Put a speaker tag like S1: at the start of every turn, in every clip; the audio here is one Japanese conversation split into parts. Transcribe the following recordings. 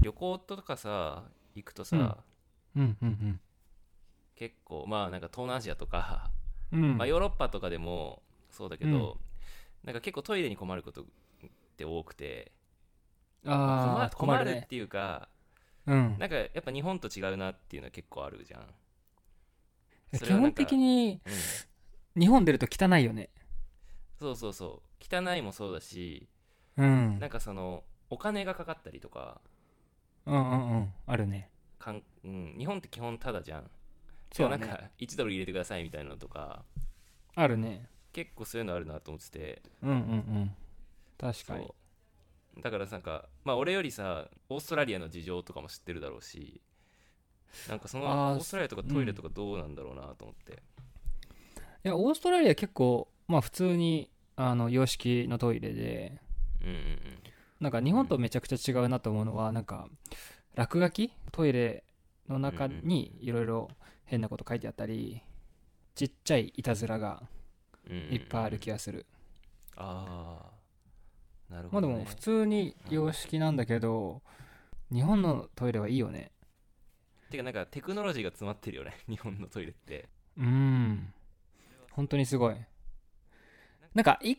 S1: 旅行とかさ行くとさ、
S2: うんうんうん
S1: 結構まあなんか東南アジアとか、
S2: うんうん
S1: まあ、ヨーロッパとかでもそうだけど、なんか結構トイレに困ることって多くて
S2: あー
S1: 困
S2: 困
S1: 困
S2: る
S1: るっ
S2: ね
S1: ていうか、
S2: うん
S1: なんかやっぱ日本と違うなっていうのは結構あるじゃん。そ
S2: 基
S1: れはな
S2: 本
S1: んか
S2: 的に
S1: うん
S2: 日本出ると汚いよね
S1: そうそうそう汚いもそうだし
S2: うん
S1: なんかそのお金がかかったりとか
S2: うんうんうんあるね
S1: かん、うん、日本って基本ただじゃん
S2: そうだ
S1: なん
S2: ね
S1: か1ドル入れてくださいみたいなのとか
S2: あるね
S1: 結構そういうのあるなと思ってて
S2: うんうんうん確
S1: そ
S2: かに
S1: うだからなんかまあ俺よりさオーストラリアの事情とかも知ってるだろうしなんかその
S2: あー
S1: オーストラリアとかトイレとかどうなんだろうなと思って、
S2: いやオーストラリア結構まあ普通にあの洋式のトイレで
S1: うん、うんうん
S2: なんか日本とめちゃくちゃ違うなと思うのはなんか落書きトイレの中にいろいろ変なこと書いてあったりちっちゃいいたずらが
S1: うんうんうん
S2: いっぱいある気がする
S1: ああなる
S2: ま
S1: ほ
S2: あで
S1: ど、ね、
S2: も普通に洋式なんだけど日本のトイレはいいよね
S1: てかなんかテクノロジーが詰まってるよね 日本のトイレって、
S2: うん本当にすごいなんか行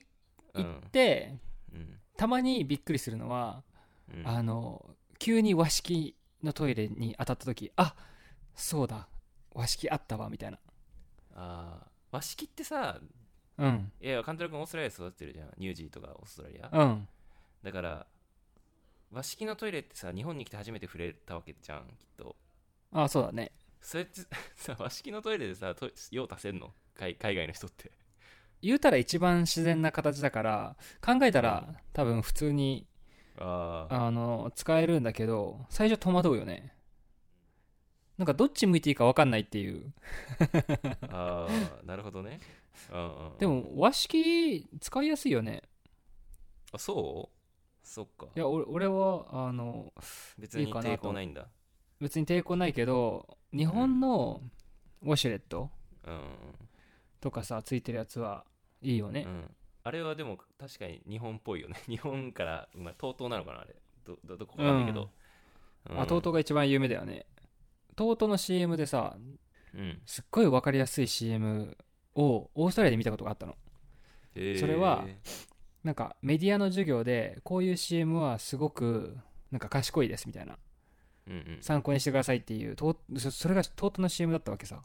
S1: う
S2: っ
S1: ん
S2: て
S1: うん
S2: たまにびっくりするのは
S1: うん、
S2: あの急に和式のトイレに当たった時あそうだ和式あったわみたいな
S1: あー和式ってさ
S2: うん
S1: いや監督君オーストラリアで育ってるじゃんニュージーとかオーストラリア
S2: うん
S1: だから和式のトイレってさ日本に来て初めて触れたわけじゃんきっと
S2: あそうだね
S1: それって さ和式のトイレでさトイ用足せんの海海外の人って
S2: 言うたら一番自然な形だから考えたら多分普通に
S1: ああ
S2: あの使えるんだけど最初戸惑うよねなんかどっち向いていいか分かんないっていう
S1: あーなるほどね、うんうんうん、
S2: でも和式使いやすいよね
S1: あそうそっか
S2: いや俺俺はあの
S1: 別に
S2: いいかなと
S1: 抵抗ないんだ
S2: 別に抵抗ないけど日本のウォシュレット
S1: うんうん
S2: とかさついてるやつはいいよね、
S1: うん、うん、あれはでも確かに日本っぽいよね 日本から、まあ、TOTO なのかなあれどどどこかわかんないけど、うん
S2: あ、TOTO が一番有名だよね。TOTO の CM でさ、
S1: うん
S2: すっごい分かりやすい CM をオーストラリアで見たことがあったの。それは
S1: へ
S2: なんかメディアの授業で、こういう CM はすごく、なんか賢いですみたいな。
S1: ーうんうん
S2: 参考にしてくださいっていう、とそそれが TOTO の CM だったわけさ。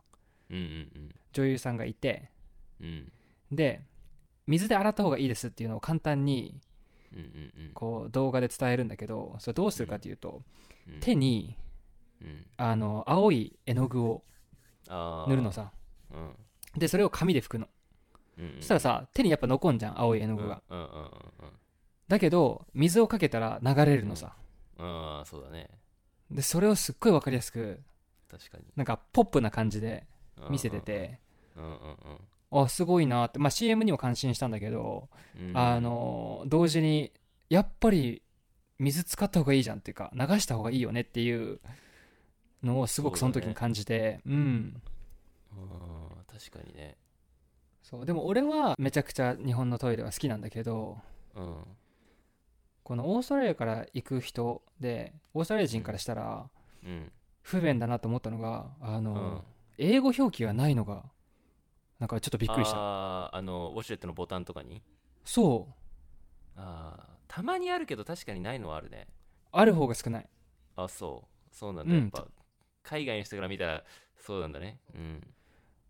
S1: うんうん
S2: 女優さんがいて、
S1: うんうん
S2: で、水で洗った方がいいですっていうのを簡単に
S1: うんうん
S2: こう動画で伝えるんだけどそれどうするかっていうと
S1: うん
S2: 手に
S1: うん
S2: あの青い絵の具を
S1: あー
S2: 塗るのさ
S1: うん
S2: でそれを紙で拭くの
S1: うんうん
S2: そしたらさ手にやっぱ残んじゃん青い絵の具が
S1: うんうんうんうん
S2: だけど水をかけたら流れるのさ、
S1: ああそうだね
S2: でそれをすっごい分かりやすく
S1: 確かに
S2: なんかポップな感じで見せてて、
S1: うんうんうん
S2: あすごいなって、まあ、CM にも感心したんだけど、
S1: うんうん
S2: あの同時にやっぱり水使った方がいいじゃんっていうか流した方がいいよねっていうのをすごくその時に感じてう,、ん
S1: うん確かにね
S2: そうでも俺はめちゃくちゃ日本のトイレは好きなんだけど
S1: うん
S2: このオーストラリアから行く人でオーストラリア人からしたら
S1: うん
S2: 不便だなと思ったのがあの、
S1: うん
S2: 英語表記がないのがなんかちょっとびっくりした
S1: あーあのウォシュレットのボタンとかに
S2: そう
S1: あーたまにあるけど確かにないのはあるね
S2: ある方が少ない
S1: あそうそうなんだ
S2: うん
S1: やっぱ海外の人から見たらそうなんだねうん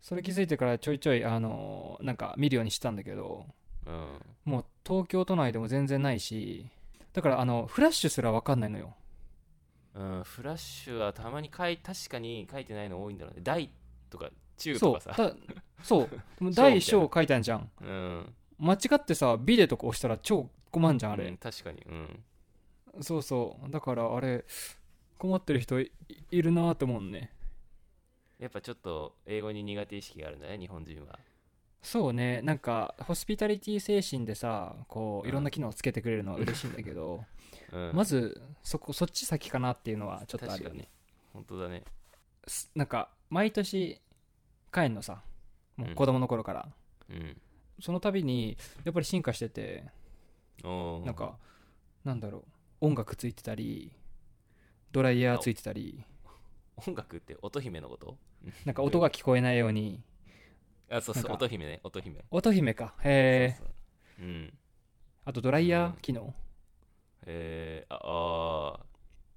S2: それ気づいてからちょいちょいあのなんか見るようにしてたんだけど
S1: うん
S2: もう東京都内でも全然ないしだからあのフラッシュすら分かんないのよ
S1: うんフラッシュはたまに書い確かに書いてないの多いんだろうね大とか中と
S2: そ
S1: か
S2: う
S1: さ
S2: だそうで
S1: 小
S2: も
S1: みたいな
S2: 大小書いてあるじゃん
S1: うん
S2: 間違ってさビデとか押したら超困んじゃんあ
S1: う
S2: れ
S1: ん、確かにうん
S2: そうそうだからあれ困ってる人いいるなと思うね
S1: やっぱちょっと英語に苦手意識があるんだね日本人は
S2: そうねなんかホスピタリティ精神でさこ
S1: う
S2: うんいろんな機能をつけてくれるのは嬉しいんだけど、
S1: うん
S2: まずそこそっち先かなっていうのはちょっとあ
S1: 確
S2: るよ
S1: か
S2: ね
S1: に本当だね
S2: すなんか毎年帰んのさもう子供の頃から、
S1: うん
S2: その度にやっぱり進化してて
S1: おー
S2: なんかなんだろう音楽ついてたりドライヤーついてたり
S1: 音楽って乙姫のこと
S2: なんか音が聞こえないように
S1: あそう
S2: なん
S1: そう
S2: か
S1: 乙姫ね乙姫
S2: 音姫かへえ
S1: そうそううん
S2: あとドライヤー機能
S1: えー、ああ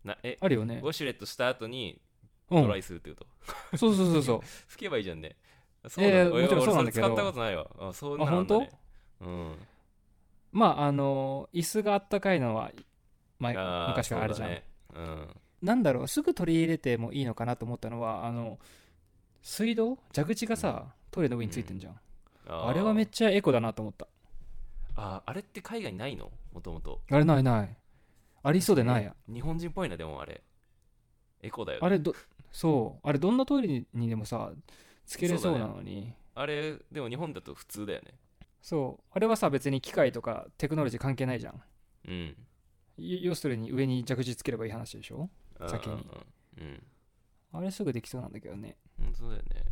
S1: ーなえ
S2: あるよね
S1: ウォシュレットした後に
S2: う
S1: トラ
S2: ん
S1: イするってこと、
S2: そうそうそうそう
S1: 拭けばいいじゃんねあそ
S2: いう
S1: なんだ
S2: やいやもちろん
S1: 俺
S2: そうなんだけど
S1: 俺それ使ったことないわあそうなんだ、ね、
S2: あ本当
S1: うん
S2: まああの椅子があったかいのは前
S1: あー
S2: 昔からあるじゃん、
S1: そうだね
S2: なんだろうすぐ取り入れてもいいのかなと思ったのはあの水道蛇口がさトイレの上についてんじゃん、
S1: うん、あー
S2: あれはめっちゃエコだなと思った
S1: あーあれって海外にないのもともと
S2: あれないないありそうでないや
S1: 日本人っぽいなでもあれエコだよね、
S2: あれどそうあれどんなトイレにでもさつけれそうなのに
S1: あれでも日本だと普通だよね
S2: そうあれはさ別に機械とかテクノロジー関係ないじゃん
S1: うん
S2: よ要するに上に蛇口つければいい話でしょ先に
S1: うんうん
S2: あれすぐできそうなんだけどね
S1: うんうんそうだよね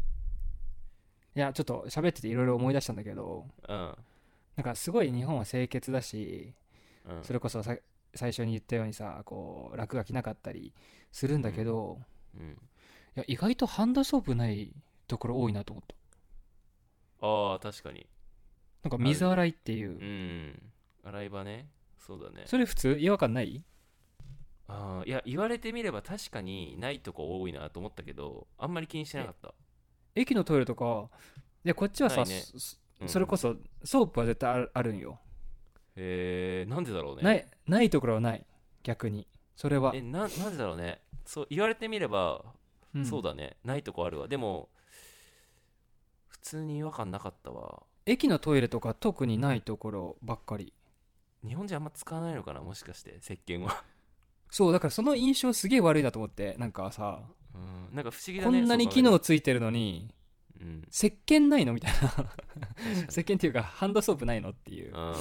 S2: いやちょっと喋ってていろいろ思い出したんだけど
S1: うん
S2: なんかすごい日本は清潔だし
S1: うん
S2: それこそさ最初に言ったようにさこう落書きなかったりするんだけど、い
S1: うん
S2: や意外とハンドソープないところ多いなと思った
S1: ああ確かに
S2: なんか水洗いっていう、
S1: うん洗い場ねそうだね
S2: それ普通違和感ない
S1: ああいや言われてみれば確かにないとこ多いなと思ったけどあんまり気にしてなかった、
S2: 駅のトイレとかでこっちは
S1: な
S2: さ、
S1: いね
S2: そそ
S1: うん
S2: それこそソープは絶対あるあるんよ、
S1: えー、なんでだろうね
S2: ないないところはない逆にそれは
S1: え、ななんでだろうねそう言われてみれば、
S2: うん
S1: そうだねないとこあるわでも普通に違和感なかったわ
S2: 駅のトイレとか特にないところばっかり
S1: 日本人あんま使わないのかなもしかして石鹸 は
S2: そうだからその印象すげえ悪いなと思ってなんかさ
S1: うんなんか不思議だ
S2: こ
S1: ね
S2: んなに機
S1: そ
S2: 能
S1: う考
S2: ついてるのに
S1: えるとうん
S2: 石鹸ないのみたいな
S1: 確か
S2: 石鹸っていうかハンドソープないのっていう
S1: にうん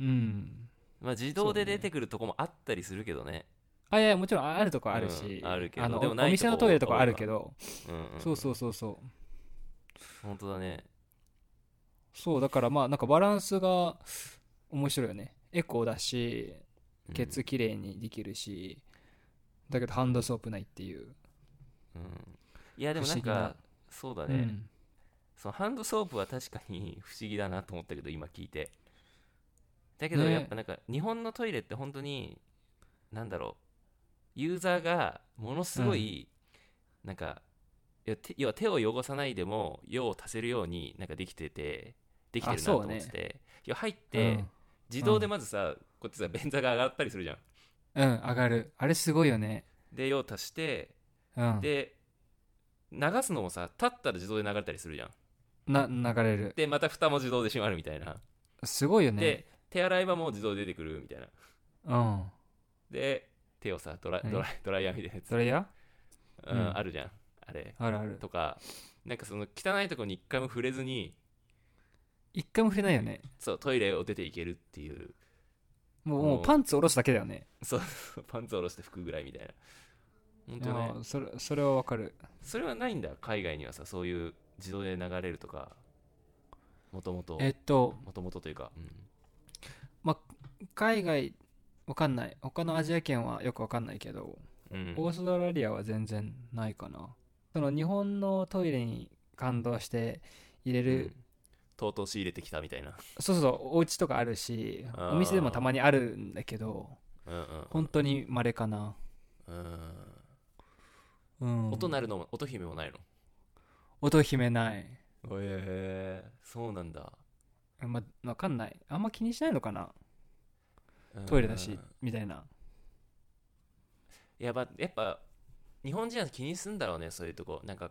S2: うん
S1: まあ自動で出てくるとこもあったりするけどね
S2: あいやいやもちろんあるとこあるし、
S1: うんあるけど
S2: の
S1: でもない
S2: お店のトイレとかあるけど
S1: うん、うん、
S2: そうそううそうそう
S1: 本当だね
S2: そうだからまあなんかバランスが面白いよねエコだし
S1: うん
S2: ケツきれいにできるし、だけどハンドソープないっていう
S1: うんいやでもなん
S2: 不思議な
S1: かそうだね、
S2: うん
S1: そのハンドソープは確かに 不思議だなと思ったけど今聞いてだけど
S2: ね
S1: やっぱなんか日本のトイレって本当になんだろうユーザーがものすごいなんか、いや手要は手を汚さないでも用を足せるようになんかできててできてるなと思って
S2: あそう
S1: て、いや入って、
S2: うん
S1: 自動でまずさこっちさ便座が上がったりするじゃん
S2: うん、上がるあれすごいよね
S1: で用足して
S2: うん
S1: で流すのもさ立ったら自動で流れたりするじゃん
S2: な流れる
S1: でまた蓋も自動で閉まるみたいな
S2: すごいよね
S1: で手洗い場も自動で出てくるみたいな
S2: うん
S1: で手をさドラ
S2: うん
S1: ドライ ドライヤーみたいなやつ、
S2: それや
S1: うん
S2: うん
S1: あるじゃんあれ
S2: あるある
S1: とかなんかその汚いとこに一回も触れずに
S2: 一回も触れないよね
S1: そうトイレを出ていけるっていう
S2: もう
S1: もう
S2: もうパンツ下ろすだけだよね
S1: そうそうパンツ下ろして拭くぐらいみたいな本当
S2: い
S1: ね
S2: やそれそれはわかる
S1: それはないんだ海外にはさそういう自動で流れるとかもともと
S2: えっと
S1: もともとというか、うん
S2: 海外わかんない他のアジア圏はよくわかんないけど、
S1: うん
S2: オーストラリアは全然ないかなその日本のトイレに感動して入れ
S1: う
S2: る、
S1: んとうとう仕入れてきたみたいな
S2: そうそうそうお家とかあるし
S1: あー
S2: お店でもたまにあるんだけど
S1: うんうん
S2: 本当に稀かな
S1: うん
S2: うん
S1: 音鳴るのも音姫もないの
S2: 音姫ない
S1: へえそうなんだ
S2: まわかんないあんま気にしないのかなトイレだ
S1: う
S2: し
S1: ん
S2: みたいな
S1: やばやっぱ日本人は気にすんだろうねそういうとこなんか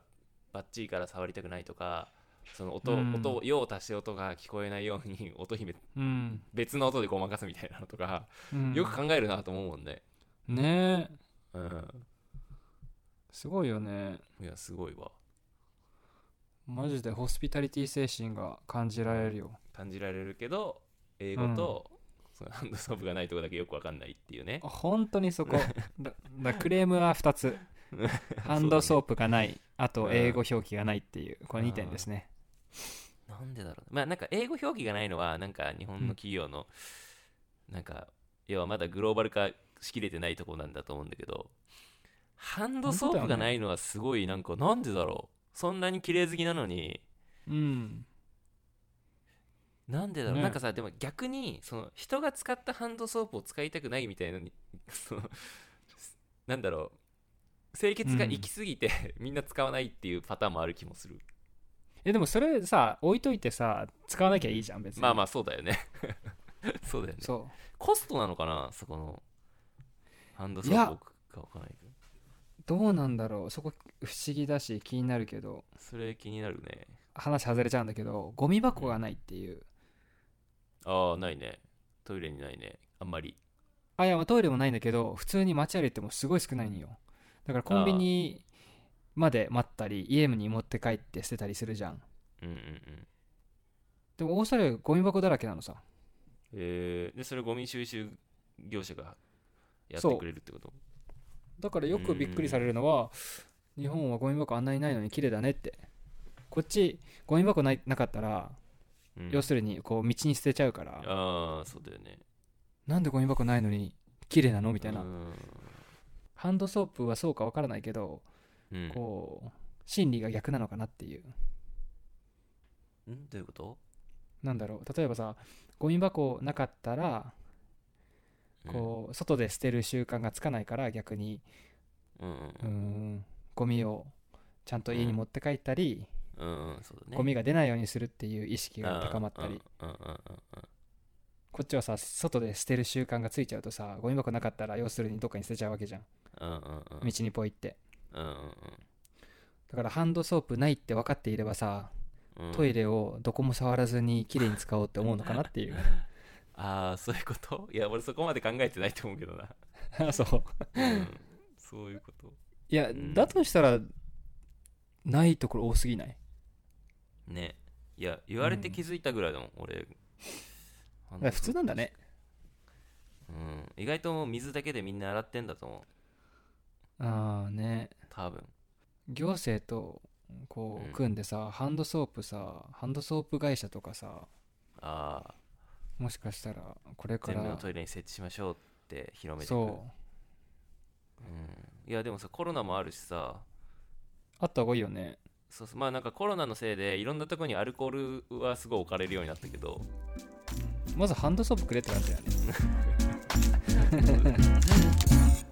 S1: バッチリから触りたくないとかその音、
S2: うん
S1: 音用を足して音が聞こえないように 音姫
S2: うん、
S1: 別の音でごまかすみたいなのとか、
S2: うん
S1: よく考えるなと思うもんね
S2: ねえ
S1: うん
S2: すごいよね
S1: いやすごいわ
S2: マジでホスピタリティ精神が感じられるよ
S1: 感じられるけど英語と、そのハンドソープがないとこだけよくわかんないっていうね
S2: あ本当に そこだだクレームは2つハンドソープがない、あと英語表記がないっていうこの2点ですね
S1: なんでだろうまあなんか英語表記がないのはなんか日本の企業の、なんか要はまだグローバル化しきれてないとこなんだと思うんだけどハンドソープがないのはすごいなんかなんでだろうそんなに綺麗好きなのに
S2: うん
S1: なんでだろう、
S2: ね
S1: なんかさでも逆にその人が使ったハンドソープを使いたくないみたいなに そのなんだろう清潔が行き過ぎて、みんな使わないっていうパターンもある気もする
S2: えでもそれさ置いといてさ使わなきゃいいじゃん別に
S1: まあまあそうだよね そうだよね
S2: そ
S1: コストなのかなそこのハンドソープを置くか置かないか
S2: うどうなんだろうそこ不思議だし気になるけど
S1: それ気になるね
S2: 話外れちゃうんだけどゴミ箱がないっていう
S1: ああないねトイレにないねあんまり
S2: あいやまあトイレもないんだけど普通に街歩いてもすごい少ないんよだからコンビニまで待ったり家に持って帰って捨てたりするじゃん
S1: うんうんうん
S2: でもオーストラリアゴミ箱だらけなのさ
S1: えー、でそれゴミ収集業者がやってくれるってこと
S2: だからよくびっくりされるのは日本はゴミ箱あんなにないのに綺麗だねってこっちゴミ箱ないなかったら、
S1: うん
S2: 要するにこう道に捨てちゃうから
S1: ああそうだよね
S2: なんでゴミ箱ないのに綺麗なのみ
S1: み
S2: たいな、
S1: うん
S2: ハンドソープはそうかわからないけど、
S1: うん
S2: こう心理が逆なのかなっていうん
S1: どういうこと
S2: なんだろう例えばさゴミ箱なかったらこう外で捨てる習慣がつかないから逆に
S1: うんうん
S2: うーんゴミをちゃんと家に持って帰ったり、
S1: うんうんうんそうだね
S2: ゴミが出ないようにするっていう意識が高まったり
S1: うんうんうんうんうん
S2: こっちはさ外で捨てる習慣がついちゃうとさゴミ箱なかったら要するにどっかに捨てちゃうわけじゃん
S1: うんうんうん
S2: 道にポイって
S1: うんうん
S2: だからハンドソープないって分かっていればさ
S1: うんうん
S2: トイレをどこも触らずに綺麗に使おうって思うのかなっていう
S1: ああそういうこといや俺そこまで考えてないと思うけどな、
S2: あ そう
S1: うん、そういうこと
S2: いや
S1: ん
S2: だとしたらないところ多すぎない
S1: ねいや言われて気づいたぐらいだもん、俺
S2: だから普通なんだね
S1: うん、意外ともう水だけでみんな洗ってんだと思
S2: ああね
S1: う多分
S2: 行政とこ
S1: う
S2: うん組んでさ、ハンドソープさハンドソープ会社とかさ
S1: ああ
S2: もしかしたらこれか
S1: 全部の
S2: ら
S1: トイレに設置しましょうって広めていく
S2: そう
S1: うん、いやでもさコロナもあるしさ
S2: あった方がいいよね
S1: そうそうまあなんかコロナのせいでいろんなとこにアルコールはすごい置かれるようになったけど
S2: まずハンドソープくれって感じだよね